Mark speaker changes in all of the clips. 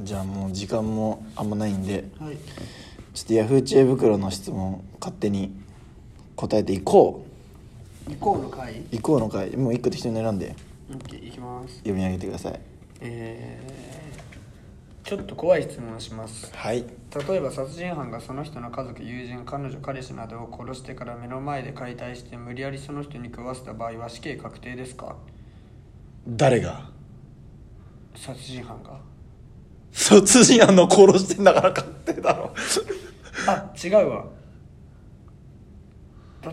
Speaker 1: じゃあもう時間もあんまないんで
Speaker 2: はい
Speaker 1: ちょっとヤフー知恵袋の質問勝手に答えていこ
Speaker 2: イコール回
Speaker 1: ういこうの回もう1個適当に選んで
Speaker 2: OK いきます
Speaker 1: 読み上げてください
Speaker 2: えー、ちょっと怖い質問をします
Speaker 1: はい
Speaker 2: 例えば殺人犯がその人の家族友人彼女彼氏などを殺してから目の前で解体して無理やりその人に食わせた場合は死刑確定ですか
Speaker 1: 誰が
Speaker 2: 殺人犯が
Speaker 1: 殺人犯の殺してんだから勝手だろ
Speaker 2: あ違うわ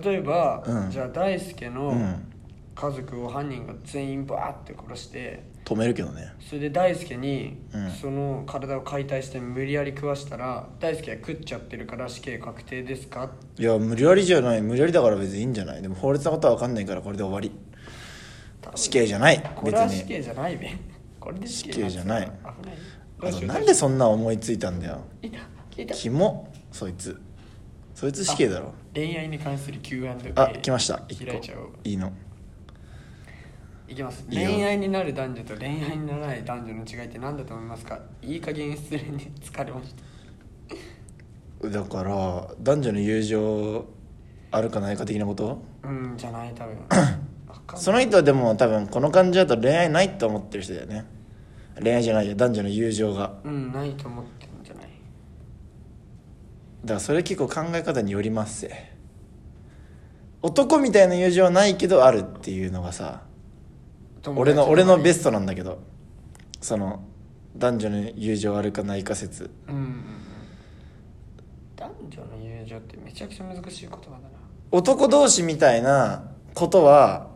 Speaker 2: 例えば、
Speaker 1: うん
Speaker 2: じゃあ大輔の
Speaker 1: うん
Speaker 2: 家族を犯人が全員バーって殺して
Speaker 1: 止めるけどね
Speaker 2: それで大輔に
Speaker 1: うん
Speaker 2: その体を解体して無理やり食わしたら、大輔は食っちゃってるから死刑確定ですか
Speaker 1: いや無理やりじゃない無理やりだから別にいいんじゃないでも法律のことは分かんないからこれで終わり死刑じゃない
Speaker 2: こ
Speaker 1: 別
Speaker 2: れは死
Speaker 1: に
Speaker 2: 刑じゃないべこれで死刑
Speaker 1: 死刑じゃない
Speaker 2: 危ない
Speaker 1: あ
Speaker 2: どう
Speaker 1: と
Speaker 2: しよう
Speaker 1: なんでそんな思いついたんだよ
Speaker 2: いたいた
Speaker 1: キモそいつそいつ死刑だろ
Speaker 2: 恋愛に関する Q&A
Speaker 1: あ来ました一個
Speaker 2: 開いちゃおう
Speaker 1: いいの
Speaker 2: いきます
Speaker 1: いいよ
Speaker 2: 恋愛になる男女と恋愛にならない男女の違いって何だと思いますかいい加減失恋に疲れました
Speaker 1: だから男女の友情あるかないか的なこと
Speaker 2: うんじゃない多分わかんない
Speaker 1: その人はでも多分この感じだと恋愛ないと思ってる人だよね恋愛じゃないよ男女の友情が
Speaker 2: うんないと思ってるんじゃない
Speaker 1: だからそれ結構考え方によりますせ男みたいな友情はないけどあるっていうのがさ俺の俺のベストなんだけどその男女の友情あるかないか説
Speaker 2: トうんうんうん男女の友情ってめちゃくちゃ難しい言葉だな
Speaker 1: 男同士みたいなことは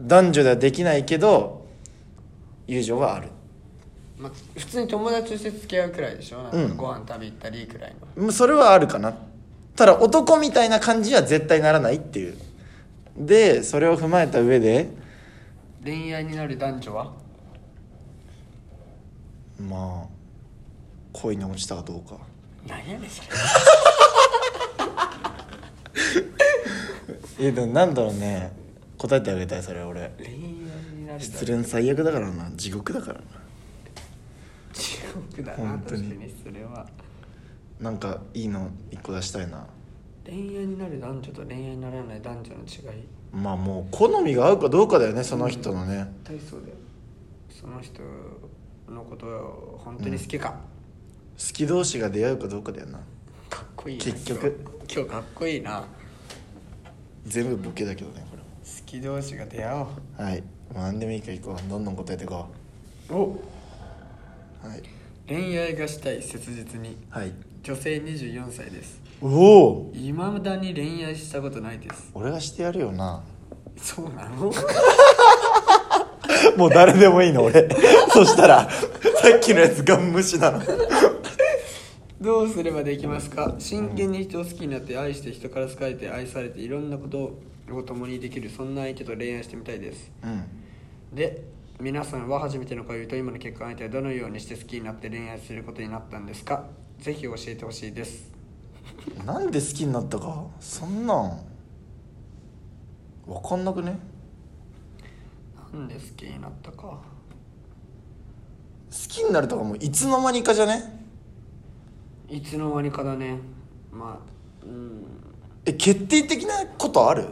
Speaker 1: 男女ではできないけど友情はある
Speaker 2: まあ普通に友達として付き合うくらいでしょなんか
Speaker 1: うん
Speaker 2: ご飯食べ行ったりくらいの、
Speaker 1: うんそれはあるかなただ男みたいな感じには絶対ならないっていうでそれを踏まえた上で
Speaker 2: 恋愛になる男女は
Speaker 1: まあ恋に落ちたかどうか
Speaker 2: 何やねんそれ
Speaker 1: えでもなんだろうね答えてあげたいそれ俺
Speaker 2: 恋愛になる
Speaker 1: 失恋最悪だからな地獄だからな
Speaker 2: 地獄だな
Speaker 1: 本
Speaker 2: 確
Speaker 1: 当
Speaker 2: か
Speaker 1: に
Speaker 2: にそれは
Speaker 1: なんかいいの一個出したいな
Speaker 2: 恋愛になる男女と恋愛にならない男女の違い
Speaker 1: まあもう好みが合うかどうかだよねその人のね、
Speaker 2: 大そうだよその人のことを本当に好きか、
Speaker 1: 好き同士が出会うかどうかだよな
Speaker 2: かっこいいな
Speaker 1: 結局
Speaker 2: 今日今日かっこいいな好
Speaker 1: 全部ボケだけどねこれも
Speaker 2: き同士が出会
Speaker 1: はいもう何でもいいから行こうどんどん答えていこ
Speaker 2: おうお
Speaker 1: うはい
Speaker 2: 恋愛がしたい切実に
Speaker 1: はい
Speaker 2: 女性24歳です
Speaker 1: おお
Speaker 2: いまだに恋愛したことないです
Speaker 1: 俺がしてやるよな
Speaker 2: そうなの
Speaker 1: もう誰でもいいの 俺そしたらさっきのやつが無視なの
Speaker 2: どうすればできますか真剣に人を好きになって愛して人から好かれて愛されていろんなことを共にできるそんな相手と恋愛してみたいです
Speaker 1: うん
Speaker 2: で皆さんは初めての恋人今の結婚相手はどのようにして好きになって恋愛することになったんですかぜひ教えてほしいです
Speaker 1: なんで好きになったかそんなんわかんなくね
Speaker 2: なんで好きになったか
Speaker 1: 好きになるとかもういつの間にかじゃね
Speaker 2: いつの間にかだねまあうん
Speaker 1: え決定的なことある
Speaker 2: 好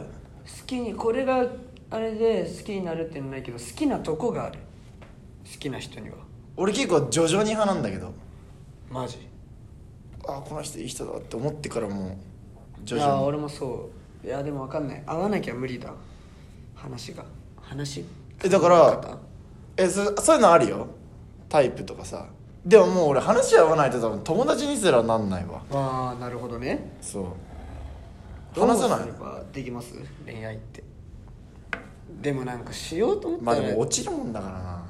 Speaker 2: きにこれがあれで好きになるっていうのはないけど好きなとこがある好きな人には
Speaker 1: 俺結構徐々に派なんだけど
Speaker 2: マジ
Speaker 1: あこの人いい人だって思ってからもう徐
Speaker 2: いや
Speaker 1: 々に
Speaker 2: 俺もそういやでも分かんない会わなきゃ無理だ話が話
Speaker 1: えだからえそそういうのあるよタイプとかさでももう俺話し合わないと多分友達にすらなんないわ
Speaker 2: ああなるほどね
Speaker 1: そう
Speaker 2: どう
Speaker 1: 話
Speaker 2: す
Speaker 1: さ
Speaker 2: れ
Speaker 1: ない
Speaker 2: ばできます恋愛ってでもなんかしようと思った
Speaker 1: まあ
Speaker 2: ら、
Speaker 1: でも落ちるもんだからな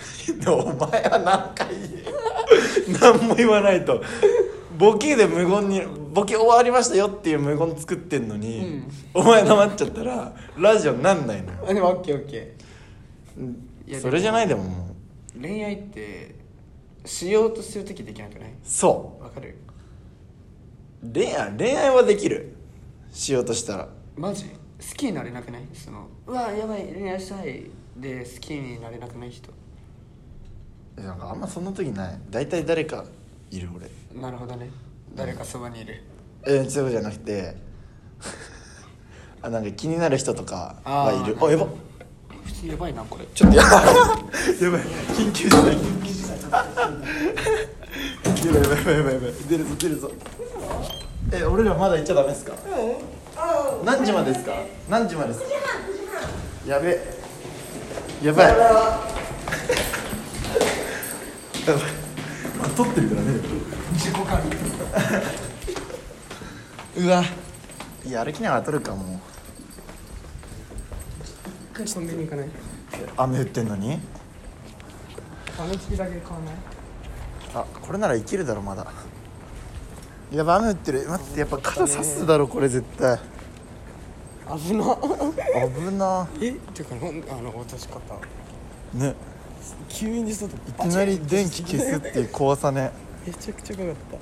Speaker 1: でもお前は何回 言え何も言わないとボケで無言にボケ終わりましたよっていう無言作ってんのに、
Speaker 2: うん
Speaker 1: お前黙っちゃったらラジオになんないのよ
Speaker 2: あでもオッケーオッケいや
Speaker 1: それじゃないでももう
Speaker 2: ー恋愛ってしようとするときできなくない
Speaker 1: そ
Speaker 2: わかる
Speaker 1: う恋愛恋愛はできるしようとしたら
Speaker 2: マジ好きになれなくないそのうわやばい恋愛したいで好きになれなくない人
Speaker 1: えなんかあんまそんな時ない大体誰かいる俺
Speaker 2: なるほどね誰かそばにいる
Speaker 1: えー、そうじゃなくてあなんか気になる人とかはいる
Speaker 2: あ
Speaker 1: あ
Speaker 2: ー
Speaker 1: やば
Speaker 2: 普通にやばいなこれ
Speaker 1: ちょっとやばいやばい緊急事態緊急事態やばいやばいやばいやばい出るぞ出るぞえ俺らまだ行っちゃダメですか何時までですか何時までですかやべえやばいやばいまあ撮ってるからね
Speaker 2: 自己管理
Speaker 1: うわいや歩きながら撮るかも
Speaker 2: 一回コンビニ行かない
Speaker 1: 雨降ってんのに
Speaker 2: あの月だけ買わない
Speaker 1: あこれならいけるだろまだやばい雨降ってる待ってやっぱ肩刺すだろこれ絶対
Speaker 2: 危な
Speaker 1: 危な
Speaker 2: えっていうかなんであの落とし方
Speaker 1: ね
Speaker 2: 急に外い
Speaker 1: いきなり電気消すっていう怖さね
Speaker 2: めちゃくちゃ怖かった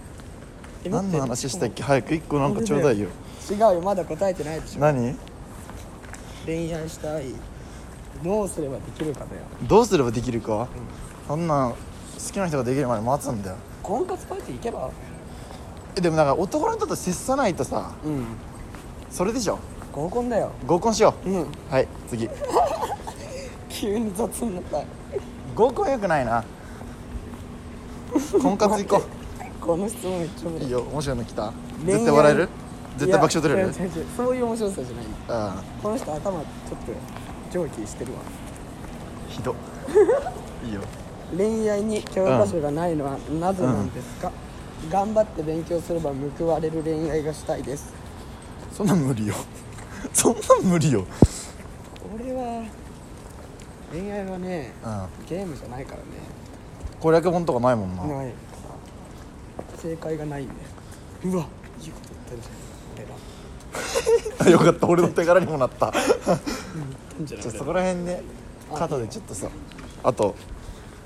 Speaker 2: え
Speaker 1: 何の
Speaker 2: 待
Speaker 1: 話
Speaker 2: っ
Speaker 1: したっけ早く1個なんかちょうだいよ
Speaker 2: て違うよまだ答えてないでしょ
Speaker 1: 何
Speaker 2: 恋愛したいどうすればできるかだよ
Speaker 1: どうすればできるか、そんなん好きな人ができるまで待つんだよ
Speaker 2: 婚活パーティー行けば
Speaker 1: えでもなんか男の人と接さないとさ
Speaker 2: うん
Speaker 1: それでしょ
Speaker 2: 合コンだよ
Speaker 1: 合コンしよう、
Speaker 2: うん
Speaker 1: はい次
Speaker 2: 急に雑になった
Speaker 1: 合コンよくないな婚活 行こ
Speaker 2: この質問めっちゃ面
Speaker 1: うい
Speaker 2: 白
Speaker 1: い
Speaker 2: い
Speaker 1: よ面白いの来た
Speaker 2: 恋愛
Speaker 1: 絶対笑える絶対爆笑取れ
Speaker 2: い
Speaker 1: る
Speaker 2: や違う違う違うそういう面白さじゃない
Speaker 1: あ
Speaker 2: この人頭ちょっと上記してるわ
Speaker 1: あひど いいよ
Speaker 2: 恋愛に教科書がないのはなぜなんですか、頑張って勉強すれば報われる恋愛がしたいです
Speaker 1: そんなん無理よ そんなん無理よ
Speaker 2: 俺は恋愛はね
Speaker 1: うん
Speaker 2: ゲームじゃないからね
Speaker 1: 攻略本とかないもんな
Speaker 2: ない正解がないんだようわいいこと言ったんじゃん俺ら
Speaker 1: あ よかった俺の手柄にもなった
Speaker 2: いいんじゃな い
Speaker 1: ちょそこら辺で肩でちょっとさあと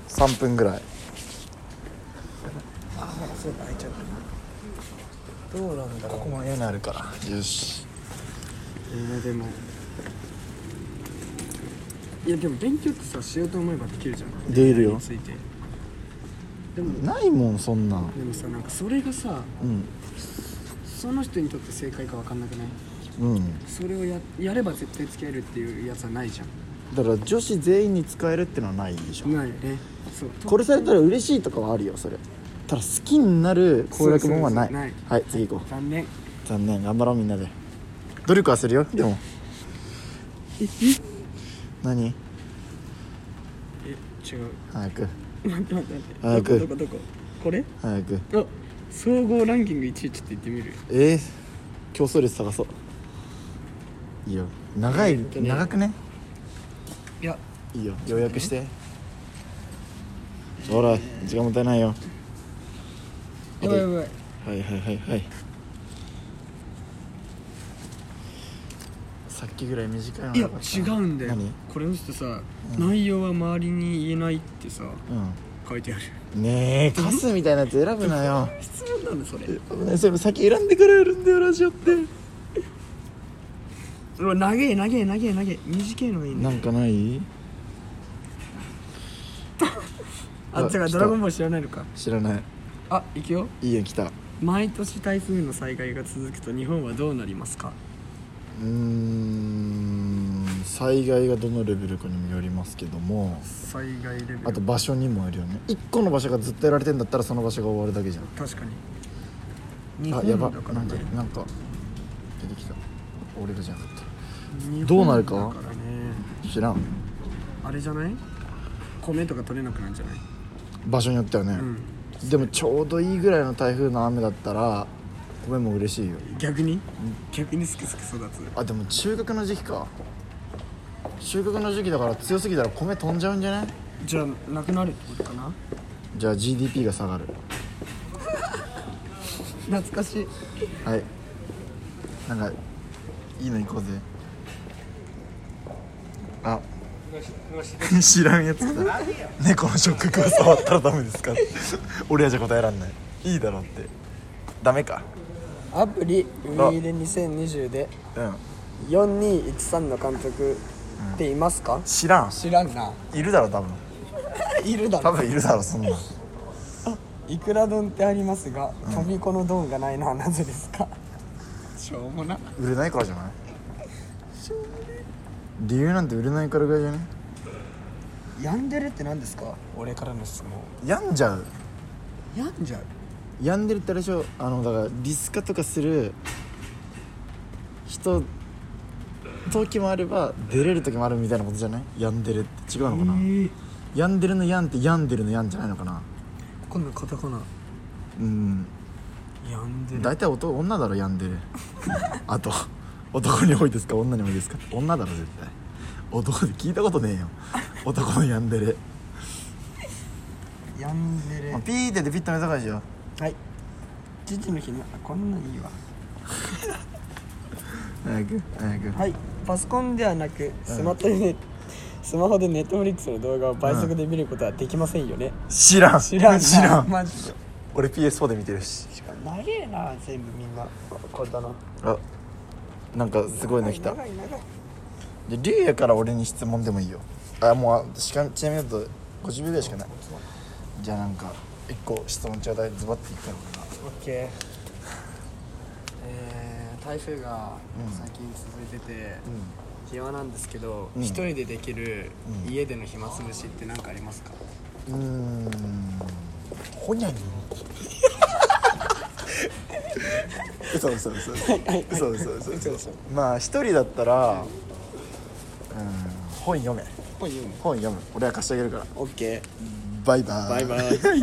Speaker 1: 3分ぐらい
Speaker 2: あほらそうだ開いちゃったどうなんだろう
Speaker 1: ここも A にあるからよし
Speaker 2: えー、でもいやでも勉強ってさしようと思えばできるじゃん
Speaker 1: できるよ
Speaker 2: ついてでも
Speaker 1: ないもんそんなん
Speaker 2: でもさなんかそれがさ
Speaker 1: うん
Speaker 2: その人にとって正解か分かんなくない
Speaker 1: うん
Speaker 2: それをややれば絶対付き合えるっていうやつはないじゃ
Speaker 1: だから女子全員に使えるってのはないでしょ
Speaker 2: んないよねそう
Speaker 1: これされたら嬉しいとかはあるよそれただ好きになる攻略本はない
Speaker 2: そうそうそうない
Speaker 1: はい次行こ
Speaker 2: 残念
Speaker 1: う残念頑張ろうみんなで努力はするよでも
Speaker 2: え
Speaker 1: 何
Speaker 2: え違う
Speaker 1: 早く
Speaker 2: 待って待って待
Speaker 1: 早
Speaker 2: って
Speaker 1: く
Speaker 2: どこどこどここれ
Speaker 1: 早く
Speaker 2: あ総合ランキング1位ちょっと行ってみる
Speaker 1: えー、競争率探そういいよ長い、
Speaker 2: とね
Speaker 1: 長くね
Speaker 2: いや
Speaker 1: いいよ予約してほら時間もったいないよ
Speaker 2: やばいやばい
Speaker 1: はいはいはいはいさっきぐらい短いの
Speaker 2: いや
Speaker 1: なかった
Speaker 2: 違うんだよ
Speaker 1: 何
Speaker 2: これの人さ、内容は周りに言えないってさ書いてある
Speaker 1: うんねえカスみたいなやつ選ぶな よ
Speaker 2: 質問なんだそれ
Speaker 1: ねそれ先選んでからやるんだよラジオって
Speaker 2: うわ長え長え長え長え短いのがいいんだ
Speaker 1: なんかない
Speaker 2: あ
Speaker 1: あ
Speaker 2: だから
Speaker 1: 来
Speaker 2: ド
Speaker 1: た
Speaker 2: ラゴンボール知らないのか
Speaker 1: 知らない
Speaker 2: あ行くよ
Speaker 1: いいや来たう
Speaker 2: 毎年台風の災害が続くと日本はどうなりますか
Speaker 1: ーん災害がどのレベルかにもよりますけども
Speaker 2: 災害レベル
Speaker 1: あと場所にもよるよね一個の場所がずっとやられてんだったらその場所が終わるだけじゃん
Speaker 2: 確かに日
Speaker 1: あやば
Speaker 2: 本だから
Speaker 1: なんか
Speaker 2: ね
Speaker 1: なんか出てきた俺らじゃなかっ
Speaker 2: 日本
Speaker 1: どうなるか
Speaker 2: だからね
Speaker 1: た知らん
Speaker 2: あれじゃない米とか取れなくなるんじゃない
Speaker 1: 場所によってはね、
Speaker 2: うん
Speaker 1: でもちょうどいいぐらいの台風の雨だったら米も嬉しいよ
Speaker 2: 逆に逆にすくすく育つ
Speaker 1: あでも収穫の時期か収穫の時期だから強すぎたら米飛んじゃうんじゃない
Speaker 2: じゃあなくなるってことかな
Speaker 1: じゃあ GDP が下がる
Speaker 2: 懐かしい
Speaker 1: はいなんかいいの行こうぜあ知らんやつ来た猫の触覚が触ったらダメですか俺らじゃ答えらんないいいだろうってダメか
Speaker 2: アプリ「ウィーレ2020」で
Speaker 1: うん
Speaker 2: 4213の監督っていますか、
Speaker 1: 知らん
Speaker 2: 知らんない
Speaker 1: るだろ多分
Speaker 3: いるだ
Speaker 1: 多
Speaker 3: ろ
Speaker 1: 分いるだろそんなん
Speaker 2: いくら丼ってありますが、とびこの丼がないのはなぜですか
Speaker 3: しょうもな
Speaker 1: 売れないからじゃない理由なんて売れないからぐらいじゃね
Speaker 3: 病んでるって何ですか
Speaker 2: 俺からの質問
Speaker 1: 病んじゃう
Speaker 3: 病んじゃう
Speaker 1: 病んでるってあれでしょあのだからリスカとかする人時もあれば出れる時もあるみたいなことじゃない病んでるって違うのかな、病んでるの病んって病んでるの病んじゃないのかな
Speaker 3: 今度カタカナ
Speaker 1: うん
Speaker 3: 病んで
Speaker 1: 大体男女だろ病んでる あと男に多いですか女に多いですか女だろ絶対男で聞いたことねえよ男の病んでる、
Speaker 3: 病んでる
Speaker 1: まあ、 ピーってでピッと目覚ましよ
Speaker 3: はい父の日なこんなんいいわ
Speaker 1: 早く早く
Speaker 2: はいパソコンではなくスマートで、スマホでネットフリックスの動画を倍速で見ることはできませんよね、
Speaker 1: 知らん
Speaker 2: 知らんな
Speaker 1: 知らん
Speaker 2: マジで
Speaker 1: 俺 PS4 で見てるし
Speaker 2: しかも長えな全部みんなこんなの
Speaker 1: あなんかすごいの来た
Speaker 2: 長い長い
Speaker 1: でリュウヤから俺に質問でもいいよあもうあしかちなみにだと50秒ぐらいしかないじゃあなんか一個質問ちょうだいズバッていくから俺が
Speaker 2: OK えー、台風が最近続いてて、暇なんですけど
Speaker 1: うん
Speaker 2: 一、人でできる
Speaker 1: うん
Speaker 2: 家での暇つぶしって何かありますか、
Speaker 1: うーんほにゃに嘘嘘嘘嘘嘘嘘嘘嘘嘘まあ一人だったらうん本読め
Speaker 2: 本読む
Speaker 1: 本読む俺は貸してあげるから
Speaker 2: OK
Speaker 1: バイバーイ
Speaker 2: バイバイ